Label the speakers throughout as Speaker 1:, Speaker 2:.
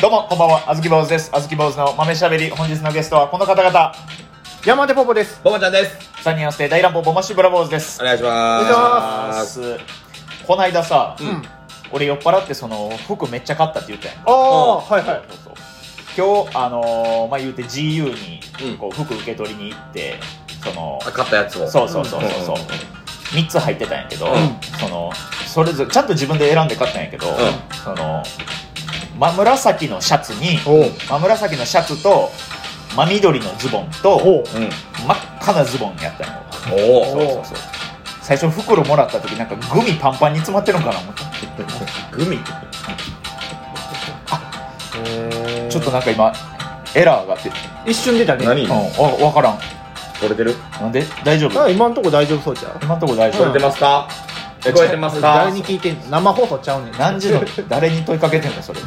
Speaker 1: どうも、こんばんは。あずき坊主です。あずき坊主の豆しゃべり。本日のゲストはこの方々。
Speaker 2: 山手ポポです。
Speaker 3: ボマちゃんです。
Speaker 1: 三人合わせて大乱暴ボマッシュブラ坊主です
Speaker 3: お。願いしま
Speaker 2: お
Speaker 3: す。
Speaker 2: 願い
Speaker 1: こないださ、
Speaker 2: うん。
Speaker 1: 俺酔っ払ってその服めっちゃ買ったって言ったやん。
Speaker 2: ああ、はいはい。
Speaker 1: そうそう。今日、あのーまあ、言うて GU
Speaker 3: う
Speaker 1: に
Speaker 3: ん
Speaker 1: こう服受け取りに行って、その、
Speaker 3: あ買ったやつを。
Speaker 1: そうそうそうそう。
Speaker 3: うん
Speaker 1: 3つ入ってたんやけど、
Speaker 3: うん
Speaker 1: そのそれぞれちゃんと自分で選んで買ったんやけど、
Speaker 3: ん
Speaker 1: その真紫のシャツに
Speaker 2: おう
Speaker 1: 真紫のシャツと真緑のズボンと
Speaker 3: うん。
Speaker 1: 真っ赤なズボンやったのよ
Speaker 3: おお。
Speaker 1: そうそうそう最初袋もらった時なんかグミパンパンに詰まってるんかな思って
Speaker 3: グミ。
Speaker 1: ちょっとなんか今エラーがあって、
Speaker 2: 一瞬出たね。
Speaker 3: 何
Speaker 1: うん、あ分からん
Speaker 3: 取れてる？
Speaker 1: なんで大丈夫
Speaker 2: あ今んとこ大丈夫そうちゃう
Speaker 1: 今んとこ大丈
Speaker 3: 取れ
Speaker 1: 夫
Speaker 3: てますか？聞こえてますか？
Speaker 2: 誰に聞いてんの生放送ちゃうねん。
Speaker 1: 何時の誰に問いかけてんのそ れ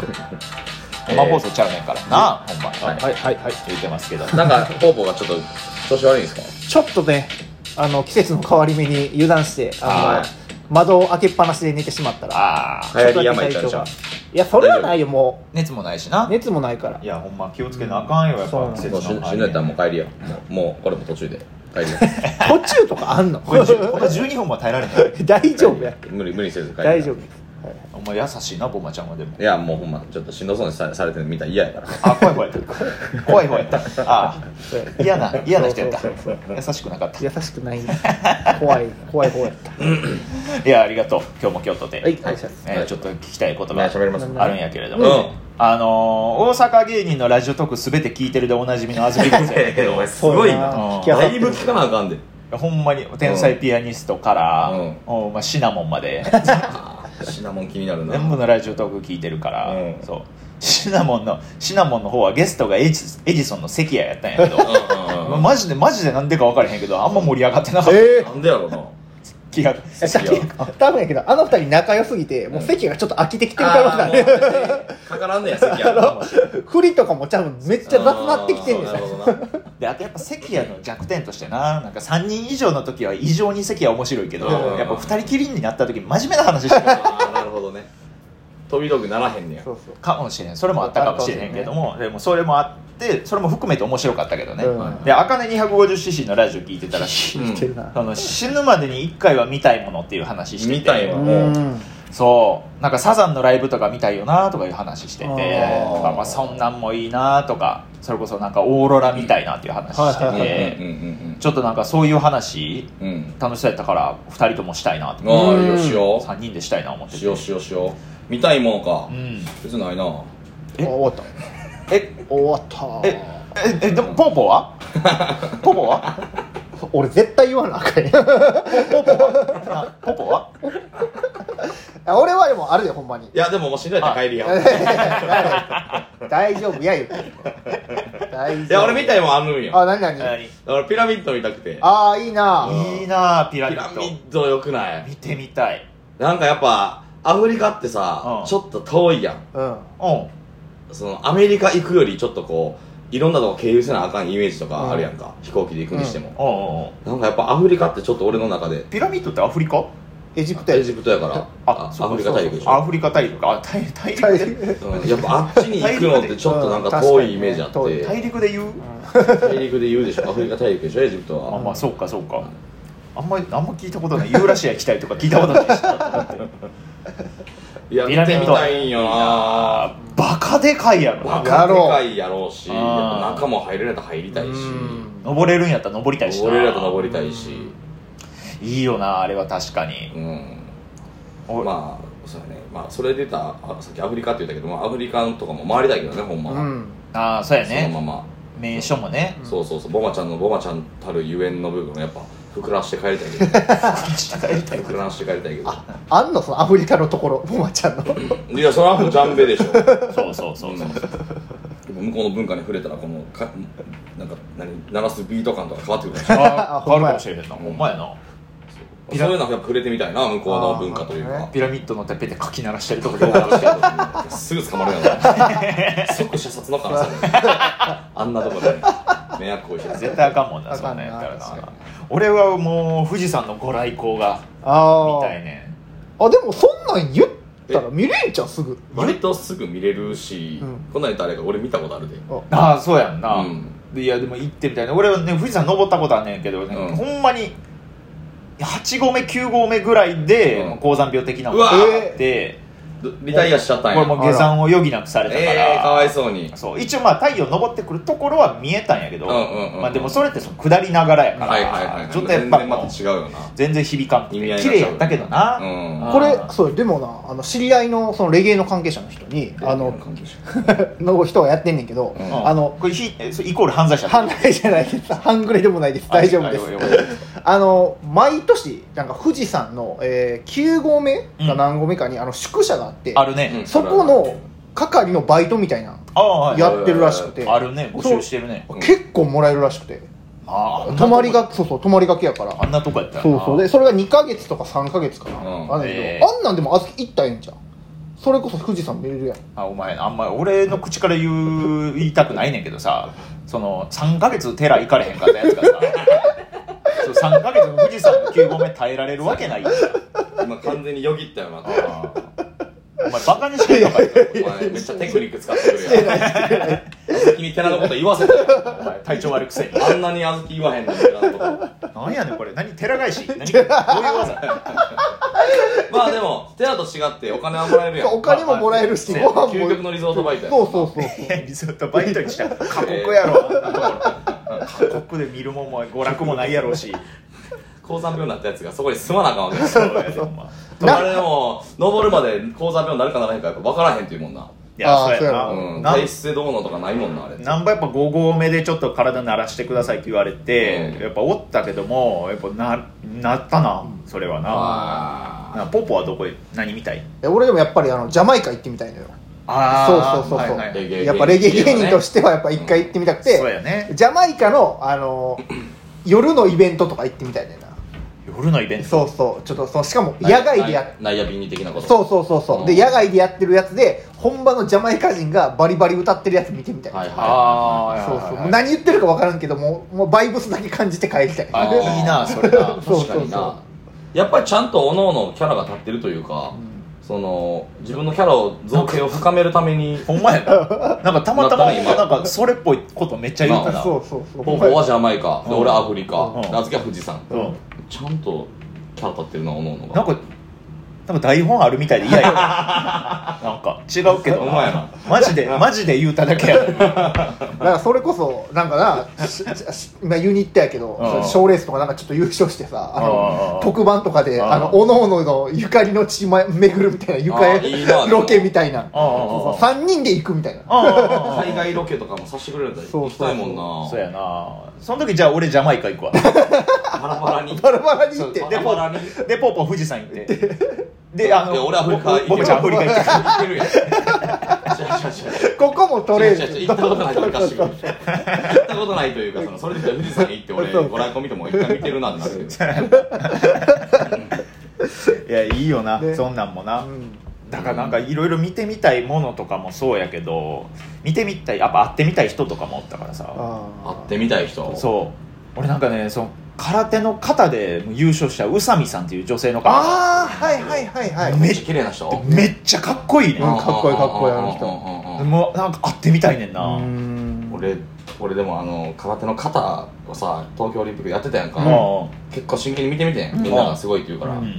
Speaker 1: 生放送ちゃうねんからな、ほんまに、
Speaker 3: はい
Speaker 2: はいはいはい。
Speaker 1: 言うてますけど
Speaker 3: なんか方々がちょっと調子悪いんですか？
Speaker 2: ちょっとね、あの、季節の変わり目に油断して、あ
Speaker 3: はい
Speaker 2: の、窓を開けっぱなしで寝てしまったら、
Speaker 1: ああ
Speaker 3: 流行り病ちゃうじゃん。
Speaker 2: いや、それはないよ、も
Speaker 1: 熱もないしな
Speaker 2: う。熱もないから
Speaker 1: い。やほんま気をつけなあかんよやっ
Speaker 2: そう
Speaker 1: ぱ
Speaker 2: なん
Speaker 1: 季
Speaker 2: です
Speaker 1: 節
Speaker 3: もう死
Speaker 1: の
Speaker 3: 死ぬやったらもう帰りよ。もうもうこれも途中で帰りよ。
Speaker 2: 途中とかあんの
Speaker 1: これじゅこれ12分も耐えられない
Speaker 2: 大丈夫や。
Speaker 3: 無理無理せず帰り。
Speaker 2: 大丈夫。。
Speaker 1: お前優しいなボマちゃんはでも
Speaker 3: いやもうほんまちょっとしんどそうにさされてるみたい嫌やから。
Speaker 1: あ怖い怖い怖い怖いああ嫌な嫌な人やった
Speaker 2: そうそうそう
Speaker 1: 優しくなかった
Speaker 2: 優しくないんだ。怖い、怖い方やった。
Speaker 1: いやありがとう今日も京都で、
Speaker 2: はい、はい、はい。
Speaker 1: えーちょっと聞きたいこと
Speaker 3: ね
Speaker 1: が
Speaker 3: 喋ります。
Speaker 1: あるんやけれども、
Speaker 3: うん
Speaker 1: あのー、大阪芸人のラジオトークすべて聞いてるでおなじみのあずみくん やけど
Speaker 3: す
Speaker 2: そうや
Speaker 1: な
Speaker 2: な。
Speaker 1: うん
Speaker 2: き合
Speaker 3: だ
Speaker 2: っ
Speaker 3: い
Speaker 2: て
Speaker 3: ぶ
Speaker 2: る
Speaker 3: 聞かなあかんで。
Speaker 1: ほんまに天才ピアニストから、
Speaker 3: うん
Speaker 1: おまあ、シナモンまで
Speaker 3: シナモン気になるな。
Speaker 1: 全部のラジオトーク聞いてるから、
Speaker 3: うん
Speaker 1: そうシナモンのシナモンの方はゲストがエジエジソンの関谷やったんやけど、
Speaker 3: うんうんうん
Speaker 1: マジでマジでなんでか分からへんけどあんま盛り上がってなかった
Speaker 2: ええ
Speaker 3: なんでやろうな。
Speaker 1: 気が
Speaker 2: えさっき多分やけどあの二人仲良すぎてもう席がちょっと飽きて きてる可能性ある
Speaker 3: あーもうねかからんねや、席や。
Speaker 2: 振りとかも多分めっちゃ雑なってきてるんです
Speaker 3: なる
Speaker 2: よ
Speaker 3: ほどな。
Speaker 1: であとやっぱ関谷の弱点としてななんか3人以上の時は異常に関谷面白いけど、
Speaker 3: うん
Speaker 1: やっぱ2人きりになった時真面目な話して る
Speaker 3: あーなるほどね。飛び道具ならへんねや。
Speaker 2: そうそう
Speaker 1: かもしれんそれもあったかもしれへんけども、でもそれもあってそれも含めて面白かったけどね、
Speaker 2: うん
Speaker 1: で「あかね 250cc」のラジオ聞いてたら
Speaker 3: うん
Speaker 2: 聞いてるな
Speaker 1: その死ぬまでに1回は見たいものっていう話してて
Speaker 3: 見たいも
Speaker 2: う
Speaker 3: の
Speaker 2: ん
Speaker 1: そうなんかサザンのライブとか見たいよなとかいう話してて
Speaker 2: あ
Speaker 3: ー
Speaker 1: とかまあ、そんなんもいいなとかそれこそなんかオーロラみたいなっていう話してて、
Speaker 2: はいはいは
Speaker 3: うんうん
Speaker 1: ちょっとなんかそういう話
Speaker 3: うんうん。
Speaker 1: 楽しそうやったから2人ともしたいなと
Speaker 3: うん。ああ、よしよ
Speaker 1: 3人でしたいな思っ
Speaker 3: う。
Speaker 1: て
Speaker 3: してようしようしよう。見たいもんか
Speaker 1: う。ん
Speaker 3: 別にないな。
Speaker 1: え
Speaker 2: あ終わっ
Speaker 1: え
Speaker 2: た終わっ
Speaker 1: え
Speaker 2: た
Speaker 1: ええでもポンポンはポンポンは
Speaker 2: 俺絶対言わなあか んやん
Speaker 1: ポンポンはなポンポンは
Speaker 2: あ俺はでもあれでほんま に
Speaker 3: いや、でももうしんどいやったら帰りや。い
Speaker 2: 大丈夫や言うて大丈夫
Speaker 3: や、俺見たいもんあるんよ。
Speaker 2: あ何何
Speaker 1: 何
Speaker 3: 俺ピラミッド見たくて。
Speaker 2: ああいいな
Speaker 3: うん
Speaker 1: いいなあピラ
Speaker 3: ピ
Speaker 1: ミ
Speaker 3: ラ
Speaker 1: ッド
Speaker 3: ミッドよくない
Speaker 1: 見てみたい
Speaker 3: なんかやっぱ、アフリカって
Speaker 1: う
Speaker 3: さ
Speaker 1: ん、
Speaker 3: ちょっと遠いやん。
Speaker 2: うん
Speaker 1: うん
Speaker 3: その、アメリカ行くよりちょっとこう、いろんなとこ経由せなあかんイメージとかあるやんか。飛行機で行くにしても。
Speaker 1: うんうんうん
Speaker 3: なんかやっぱアフリカってちょっと俺の中で、
Speaker 1: ピラミッドってアフリカ
Speaker 2: エジプトや
Speaker 3: エジプトやから、あ
Speaker 1: そう
Speaker 3: アフリカ大陸でし
Speaker 1: ア
Speaker 3: ょ。
Speaker 1: フリカ大陸あ大大陸
Speaker 2: 大
Speaker 1: で
Speaker 2: 陸
Speaker 3: うんやっぱあっちに行くのってちょっとなんか遠いイメージあって、
Speaker 2: うん確
Speaker 1: 大陸で言う、
Speaker 3: 大陸で言うでしょアフリカ大陸でしょエジプト
Speaker 1: あ
Speaker 3: は
Speaker 1: まあそうかそうかあんまりあんま聞いたことないユーラシア行きたいとか聞いたことないし
Speaker 3: いや
Speaker 1: ピ
Speaker 3: 見
Speaker 1: ラミ
Speaker 3: て
Speaker 1: ッ
Speaker 3: み
Speaker 1: ド
Speaker 3: たいんよな
Speaker 1: あバカでかいやろ
Speaker 3: バカでかいやろうし
Speaker 1: うん
Speaker 3: やっぱ中も入れるやったら入りたいし
Speaker 2: うん
Speaker 1: 登れるんやったら登りたいしな
Speaker 3: 俺らと登りたいし
Speaker 1: いいよなあれは確かに
Speaker 3: うん
Speaker 1: お
Speaker 3: まあそうやねまあそれで言ったらあさっきアフリカって言ったけどもアフリカとかも回りたいけどねほんま
Speaker 2: う
Speaker 3: は
Speaker 2: ん
Speaker 1: ああそうや
Speaker 3: そのま
Speaker 1: ね
Speaker 3: ま
Speaker 1: 名所も ね
Speaker 3: そうそうそうボマちゃんのボマちゃんたるゆえんの部分をやっぱ膨らして帰りたいけど膨らして帰りたいけど
Speaker 2: ああんのそのアフリカのとこ ろもまちゃんの
Speaker 3: いやそれはもうジャンベでしょ
Speaker 1: そうそうそうそう
Speaker 3: でも向こうの文化に触れたらこのかなんか何鳴らすビート感とか変わってくるかもしれない
Speaker 1: あ変わ
Speaker 2: ほん
Speaker 1: る
Speaker 2: ま
Speaker 1: か
Speaker 2: や
Speaker 1: もしれへんなほんまやな
Speaker 3: そういうのはやっぱ触れてみたいな向こうの文化という
Speaker 2: あー
Speaker 3: か
Speaker 1: ピラミッドのてっぺんでかき鳴らしてるとこで
Speaker 3: 動画してる時にすぐ捕まるやろ即射殺の可能性あるあんなとこで迷惑行為して
Speaker 1: 絶対あかんもんな
Speaker 2: あ
Speaker 1: そ
Speaker 2: か
Speaker 1: ん
Speaker 2: ん
Speaker 1: なん
Speaker 2: な
Speaker 1: やったら
Speaker 2: 確
Speaker 1: な
Speaker 2: か
Speaker 1: 俺はもう富士山のご来光が
Speaker 2: あ
Speaker 1: 見
Speaker 2: あ
Speaker 1: たいね
Speaker 2: あでもそんなん言っったら見れんじゃんすぐ
Speaker 3: 割とすぐ見れるし、
Speaker 2: うん
Speaker 3: こんなんやったらあれが俺見たことあるで
Speaker 1: ああそうやんな、
Speaker 3: うん
Speaker 1: でいやでも行ってみたいな俺はね富士山登ったことあんねんけどね、
Speaker 3: うん
Speaker 1: ほんまに8合目9合目ぐらいで、
Speaker 3: うん
Speaker 1: もう高山病的なも
Speaker 3: う
Speaker 1: の
Speaker 3: わ
Speaker 1: があっ
Speaker 2: え
Speaker 1: て、
Speaker 3: どリタイアしちゃったん
Speaker 1: これ
Speaker 3: や
Speaker 1: もう下山を余儀なくされたから、
Speaker 3: ええー、かわいそうに
Speaker 1: そう一応まあ太陽登ってくるところは見えたんやけど、
Speaker 3: うんうんうん
Speaker 1: まあ、でもそれってその下りながらやから、
Speaker 3: はいはいはい
Speaker 1: ちょっとやっぱ
Speaker 3: 全然
Speaker 1: も
Speaker 3: ま
Speaker 1: う
Speaker 3: た違うよな
Speaker 1: 全然響かんくて
Speaker 3: 意味合いが
Speaker 1: 綺麗やったけどな、
Speaker 3: うん
Speaker 1: あー
Speaker 2: これそうでもなあの知り合いのそのレゲエの関係者の人にあ の の人がやってんねんけど、
Speaker 3: うん
Speaker 2: あの
Speaker 1: これひえそれイコール犯罪者
Speaker 2: 半グレじゃないです半グレでもないです大丈夫です
Speaker 1: あよかったよかっ
Speaker 2: あの毎年なんか富士山の、えー9合目か何合目かに、あの宿舎があって
Speaker 1: たあるね、
Speaker 2: そこの係のバイトみたいな
Speaker 1: ああはい
Speaker 2: やってるらしくて、
Speaker 1: あるね募集してるね
Speaker 3: うん
Speaker 2: 結構もらえるらしくて
Speaker 1: ああ
Speaker 2: 泊まりがそうそう泊まりがけやから
Speaker 1: あんなとこやったら
Speaker 2: そうそうでそれが2か月とか3か月かな、
Speaker 3: うん
Speaker 2: あんねんけど
Speaker 1: へー
Speaker 2: あんなんでもあずき行ったらええんじゃんそれこそ富士山見れるやん
Speaker 1: あお前あんま俺の口から言う言いたくないねんけどさその3ヶ月寺行かれへんかったやつがさ そう3ヶ月富士山の9合目耐えられるわけないやん
Speaker 3: 今完全によぎったよ な
Speaker 1: あーお前バカにしてんのかよ
Speaker 3: お前めっちゃテクニック使ってくるやん小豆に寺のこと言わせて
Speaker 1: お前体調悪くせに
Speaker 3: あんなに小豆言わへんのに 寺のこと
Speaker 1: 何やねんこれ何寺返し何どういう 技
Speaker 3: まあでも寺と違ってお金はもらえるやん
Speaker 2: お金ももらえるし
Speaker 3: ま
Speaker 2: ご
Speaker 3: あまあ
Speaker 2: 飯も
Speaker 3: 究極のリゾートバイトや
Speaker 2: そうそうそう
Speaker 1: いやリゾートバイトにしたら過酷やろ、過酷で見るもんも娯楽もないやろう し
Speaker 3: 高山病になったやつがそこに住まなあかんわけです
Speaker 1: そう
Speaker 3: よ
Speaker 1: やでお前
Speaker 2: な
Speaker 3: あれでも登るまで高山病になるかならへんかやっぱ分からへんっていうもんな、
Speaker 1: いや
Speaker 2: あー
Speaker 1: そうや
Speaker 2: あ
Speaker 1: な,、
Speaker 3: うん、
Speaker 1: な
Speaker 3: 体質でどうのとかないもんなあれ
Speaker 1: なんぼやっぱ5合目でちょっと体慣らしてくださいって言われて、
Speaker 3: うん
Speaker 1: やっぱおったけどもやっぱななったなそれはな
Speaker 3: あ
Speaker 1: なポポはどこへ何みたい
Speaker 2: え俺でもやっぱりあのジャマイカ行ってみたいのよ
Speaker 1: あー
Speaker 2: そうそうそうそう
Speaker 1: はいはい
Speaker 3: レ
Speaker 1: はい
Speaker 3: ゲエ
Speaker 2: やっぱレゲエ芸人としてはやっぱ一回行ってみたくて、
Speaker 1: そうやね
Speaker 2: ジャマイカの、あのー夜のイベントとか行ってみたいだよな
Speaker 1: 夜のイベント
Speaker 2: そうそうちょっとそのしかも野外でやっ
Speaker 3: ナイナイアビニ的なこと
Speaker 2: そうそうそうそう、
Speaker 3: うん
Speaker 2: で野外でやってるやつで本場のジャマイカ人がバリバリ歌ってるやつ見てみたいな、
Speaker 3: はいは
Speaker 1: あ
Speaker 2: そう
Speaker 1: あ
Speaker 2: そうもう何言ってるか分からんけどもうもうバイブスだけ感じて帰りたい
Speaker 3: あー
Speaker 1: いいなそれな
Speaker 2: そう
Speaker 3: 確かになやっぱりちゃんと各々キャラが立ってるというか、その自分のキャラを造形を深めるために
Speaker 1: ほんまやななんかたまたま
Speaker 3: なったね今
Speaker 1: なんかそれっぽいことめっちゃ言うか
Speaker 3: な
Speaker 1: ら
Speaker 2: そうそうそう
Speaker 3: 方法はジャマイカ、で俺アフリカ、
Speaker 1: うん
Speaker 3: であずきは富士山、
Speaker 1: うん
Speaker 3: ちゃんとキャラ立ってるな各
Speaker 1: な
Speaker 3: 々が
Speaker 1: んかなんか台本あるみたいで嫌 やなんか違うけど
Speaker 3: ほんまやな
Speaker 1: マジでマジで言うただ けやな
Speaker 2: だからそれこそなんかなしし今ユニットやけど
Speaker 1: うん
Speaker 2: 賞レースとかなんかちょっと優勝してさあ
Speaker 1: う
Speaker 2: の
Speaker 1: ん
Speaker 2: 特番とかで
Speaker 1: うん
Speaker 2: あのおのおののゆかりの地ま巡るみたいなゆか
Speaker 3: あいいな
Speaker 2: りロケみたいな
Speaker 1: あ
Speaker 2: 3人で行くみたいな
Speaker 1: あ
Speaker 3: 海外ロケとかもさせてくれるんだよ
Speaker 2: そ
Speaker 3: 行
Speaker 2: う
Speaker 3: き
Speaker 2: そう
Speaker 3: たいもんな
Speaker 1: そうやなその時じゃあ俺ジャマイカ行くわ
Speaker 3: バラバラに
Speaker 2: バラバラに行って
Speaker 3: そう
Speaker 1: で
Speaker 3: バラバラに
Speaker 1: でポーポー富士山行ってであ
Speaker 3: いや
Speaker 1: の
Speaker 3: 俺アフリカ行ける
Speaker 1: 僕もアフリカ行って
Speaker 3: 行けるやん違う
Speaker 2: ここもトレ
Speaker 3: 違う違う違う
Speaker 2: ーニン
Speaker 3: 違う違う行
Speaker 2: グ
Speaker 3: ったことないから合宿行ったことないというかそのそれで富士山行って俺
Speaker 2: そう
Speaker 3: ご来光見ても一回見てるなってなるけど
Speaker 1: いやいいよな
Speaker 2: ね
Speaker 1: そんなんもな、
Speaker 2: うん
Speaker 1: だからなんかいろいろ見てみたいものとかもそうやけど見てみたいやっぱ会ってみたい人とかもおったからさ
Speaker 2: あ
Speaker 3: 会ってみたい人
Speaker 1: そう俺なんかねその空手の型で優勝した宇佐美さんっていう女性の方が
Speaker 2: あーはいはいはいはい
Speaker 3: めっちゃ綺麗な人
Speaker 1: めっちゃかっこいいね、
Speaker 2: うんかっこいいかっこいいあの人
Speaker 3: 人
Speaker 1: もうなんか会ってみたいねんな、
Speaker 2: うーん
Speaker 3: 俺俺でもあの空手の肩をさ東京オリンピックやってたやん
Speaker 1: うん
Speaker 3: か結構真剣に見てみてんみんながすごいって言うから
Speaker 1: う
Speaker 3: 笑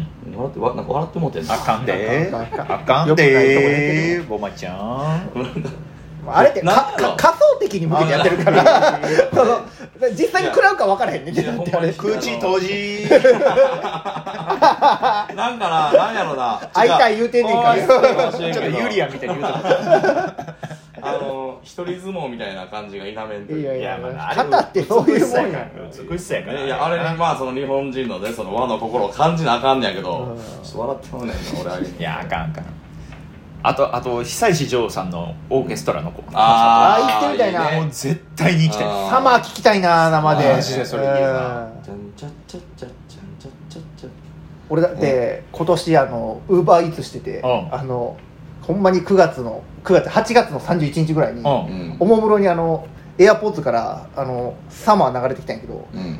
Speaker 1: ん
Speaker 3: ってわなんか笑ってもうてんな
Speaker 1: あかんで
Speaker 2: あかんあか
Speaker 1: あかんでボマちゃん
Speaker 2: あれってか
Speaker 3: なんだ
Speaker 2: か
Speaker 3: ろう
Speaker 2: 仮想的に向けてやってるからその実際に食らうか分からへんねん
Speaker 3: いや
Speaker 2: だっ
Speaker 3: ほん
Speaker 2: て
Speaker 3: ま
Speaker 2: あれ
Speaker 3: に
Speaker 1: 空地当時
Speaker 3: なんかな、なんやろな。
Speaker 2: 会いたい言うてんねんから
Speaker 3: 違うおー失
Speaker 1: ちょっと
Speaker 3: 礼かもしれんけど
Speaker 1: ユリアみたいに言うとった
Speaker 3: あの、一人相撲みたいな感じが否めんという
Speaker 2: いやいや
Speaker 1: まあ
Speaker 2: 肩ってそういうもんや
Speaker 1: 美しさやから
Speaker 3: ねいや、あれにまあ、その日本人のね、その和の心を感じなあかんねやけど
Speaker 2: うん、
Speaker 3: ちょっと笑ってもらえないな、俺あれに。
Speaker 1: いやあかんあかんあとあと久石譲さんのオーケストラの子
Speaker 3: あ
Speaker 2: あ
Speaker 3: ー、
Speaker 2: ー行ってみたいな
Speaker 3: ね
Speaker 1: もう絶対に行きたい
Speaker 3: あ
Speaker 2: サマー聞きたいな生で
Speaker 1: マジでそれ言えるな
Speaker 2: うん
Speaker 3: ちゃんちゃっちゃっちゃっちゃんちゃっちゃっちゃっ
Speaker 2: 俺だって今年あのウーバーイーツしてて
Speaker 1: うん
Speaker 2: あのほんまに9月の9月8月の31日ぐらいに
Speaker 1: うん
Speaker 2: お
Speaker 3: うん
Speaker 2: もむろにあのエアポーツからあのサマー流れてきたんやけど
Speaker 3: うん。
Speaker 1: うんう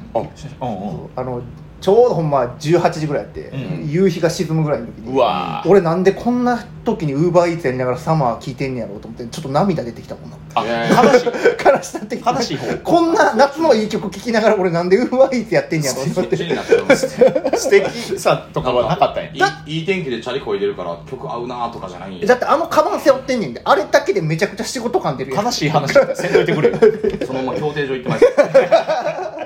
Speaker 1: ん
Speaker 2: あのちょうどほんま18時ぐらいやって、
Speaker 1: うん
Speaker 2: 夕日が沈むぐらいの時に
Speaker 1: うわー
Speaker 2: 俺なんでこんな時にウーバーイーツやりながらサマー聞いてんねやろうと思ってちょっと涙出てきたもんな
Speaker 1: あ
Speaker 3: いやいや
Speaker 1: 悲しい
Speaker 2: からしたってきた
Speaker 1: 悲しい方
Speaker 2: こんな夏のいい曲聴きながら俺なんでウーバーイーツやってんねやろうと思っ
Speaker 3: 気
Speaker 2: て
Speaker 3: になってます
Speaker 1: 素敵さとかはなかったんや
Speaker 3: いいいい天気でチャリこいでるから曲合うなとかじゃないんや
Speaker 2: だってあのカバン背負ってんねんであれだけでめちゃくちゃ仕事感出るやん
Speaker 1: 悲しい話せんといてくれよ
Speaker 3: そのまま競艇場行ってました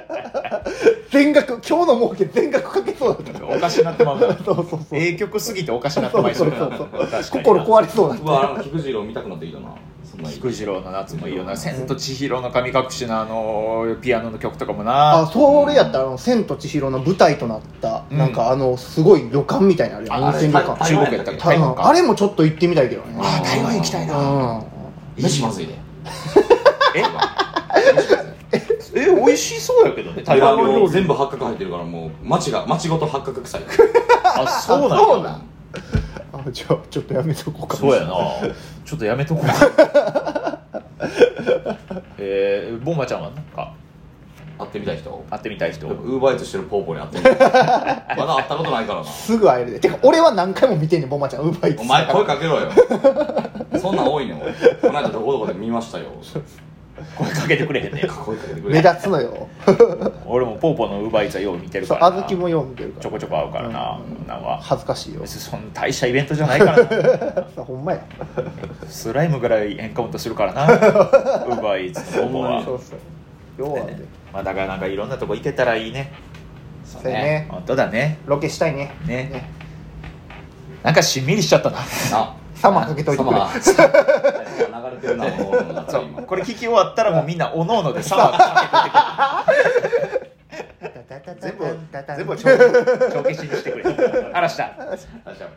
Speaker 2: 全額今日の儲け全額かけそうだった
Speaker 1: おかしなってまうな
Speaker 2: そうそうそう
Speaker 1: ええ曲すぎておかしなって
Speaker 2: そ
Speaker 1: まいうそ
Speaker 2: そうう
Speaker 1: や
Speaker 2: そ
Speaker 1: な
Speaker 2: う
Speaker 1: 確かに
Speaker 2: 心壊れそうだっ
Speaker 3: うわなんか菊次郎見たくなってきたなそんな
Speaker 1: 菊次郎の夏もいいよな「千と千尋の神隠し」のあのピアノの曲とかもな
Speaker 2: あそれやったらあの「千と千尋」の舞台となった、
Speaker 1: うん
Speaker 2: なんかあのすごい旅館みたいなのあるやん
Speaker 1: あ
Speaker 2: 温泉旅館
Speaker 3: あれ
Speaker 1: 中国やったっけ
Speaker 2: 多
Speaker 1: 台湾
Speaker 2: 分
Speaker 1: か
Speaker 2: あれもちょっと行ってみたいけどね
Speaker 1: あ台湾行きたいな
Speaker 2: う
Speaker 3: 飯まずいで
Speaker 1: ええ美味しそうやけどね台
Speaker 3: 台湾
Speaker 1: 湾料
Speaker 3: 料
Speaker 1: 理
Speaker 3: 全部八角入ってるからもう町が町ごと八角臭い
Speaker 1: あそうなん
Speaker 2: そう
Speaker 1: や
Speaker 2: なんんあじゃあちょっとやめとこうか
Speaker 1: そうやな ちょっとやめとこうかえー、ボンマちゃんはなんか
Speaker 3: 会ってみたい人
Speaker 1: 会ってみたい人
Speaker 3: ウーバーイーツしてるポーポーに会ってみたいまだ会ったことない からな
Speaker 2: すぐ会えるでてか俺は何回も見てんねんボマちゃんウーバーイーツ
Speaker 3: お前声かけろよそんなん多いねん俺この間どこどこで見ましたよ
Speaker 1: 声かけてくれへんねん
Speaker 3: 声かけてく
Speaker 2: 目
Speaker 3: れ
Speaker 2: 立つの よ
Speaker 1: 俺もポーポーのウーバーイーツはよう見てる
Speaker 2: そ
Speaker 1: から
Speaker 2: う小
Speaker 1: な
Speaker 2: 豆もよう見てるか
Speaker 1: ちょ
Speaker 2: ら
Speaker 1: こちょこ会うからな、なんか
Speaker 2: 恥ずかしいよ
Speaker 1: 別にそんな大したイベントじゃないから な
Speaker 2: そうほんまや
Speaker 1: スライムぐらいエンカウントするからなウ ーバーイーツのポーポーは
Speaker 2: そうそうようあるで
Speaker 1: まあ、だからなんかいろんなとこ行けたらいいね
Speaker 2: そうやね
Speaker 1: 本当だね
Speaker 2: ロケしたいね
Speaker 1: ねなんかしんみりしちゃったな
Speaker 3: あ
Speaker 2: サマーかけといてくれ
Speaker 3: サマ ー流れてるなもう
Speaker 1: そ
Speaker 3: 中
Speaker 1: う
Speaker 3: 今
Speaker 1: これ聞き終わったらもうみんなおのおのでサマーか けてくれ全部全部帳消しにしてくれ嵐だ
Speaker 3: あじゃあ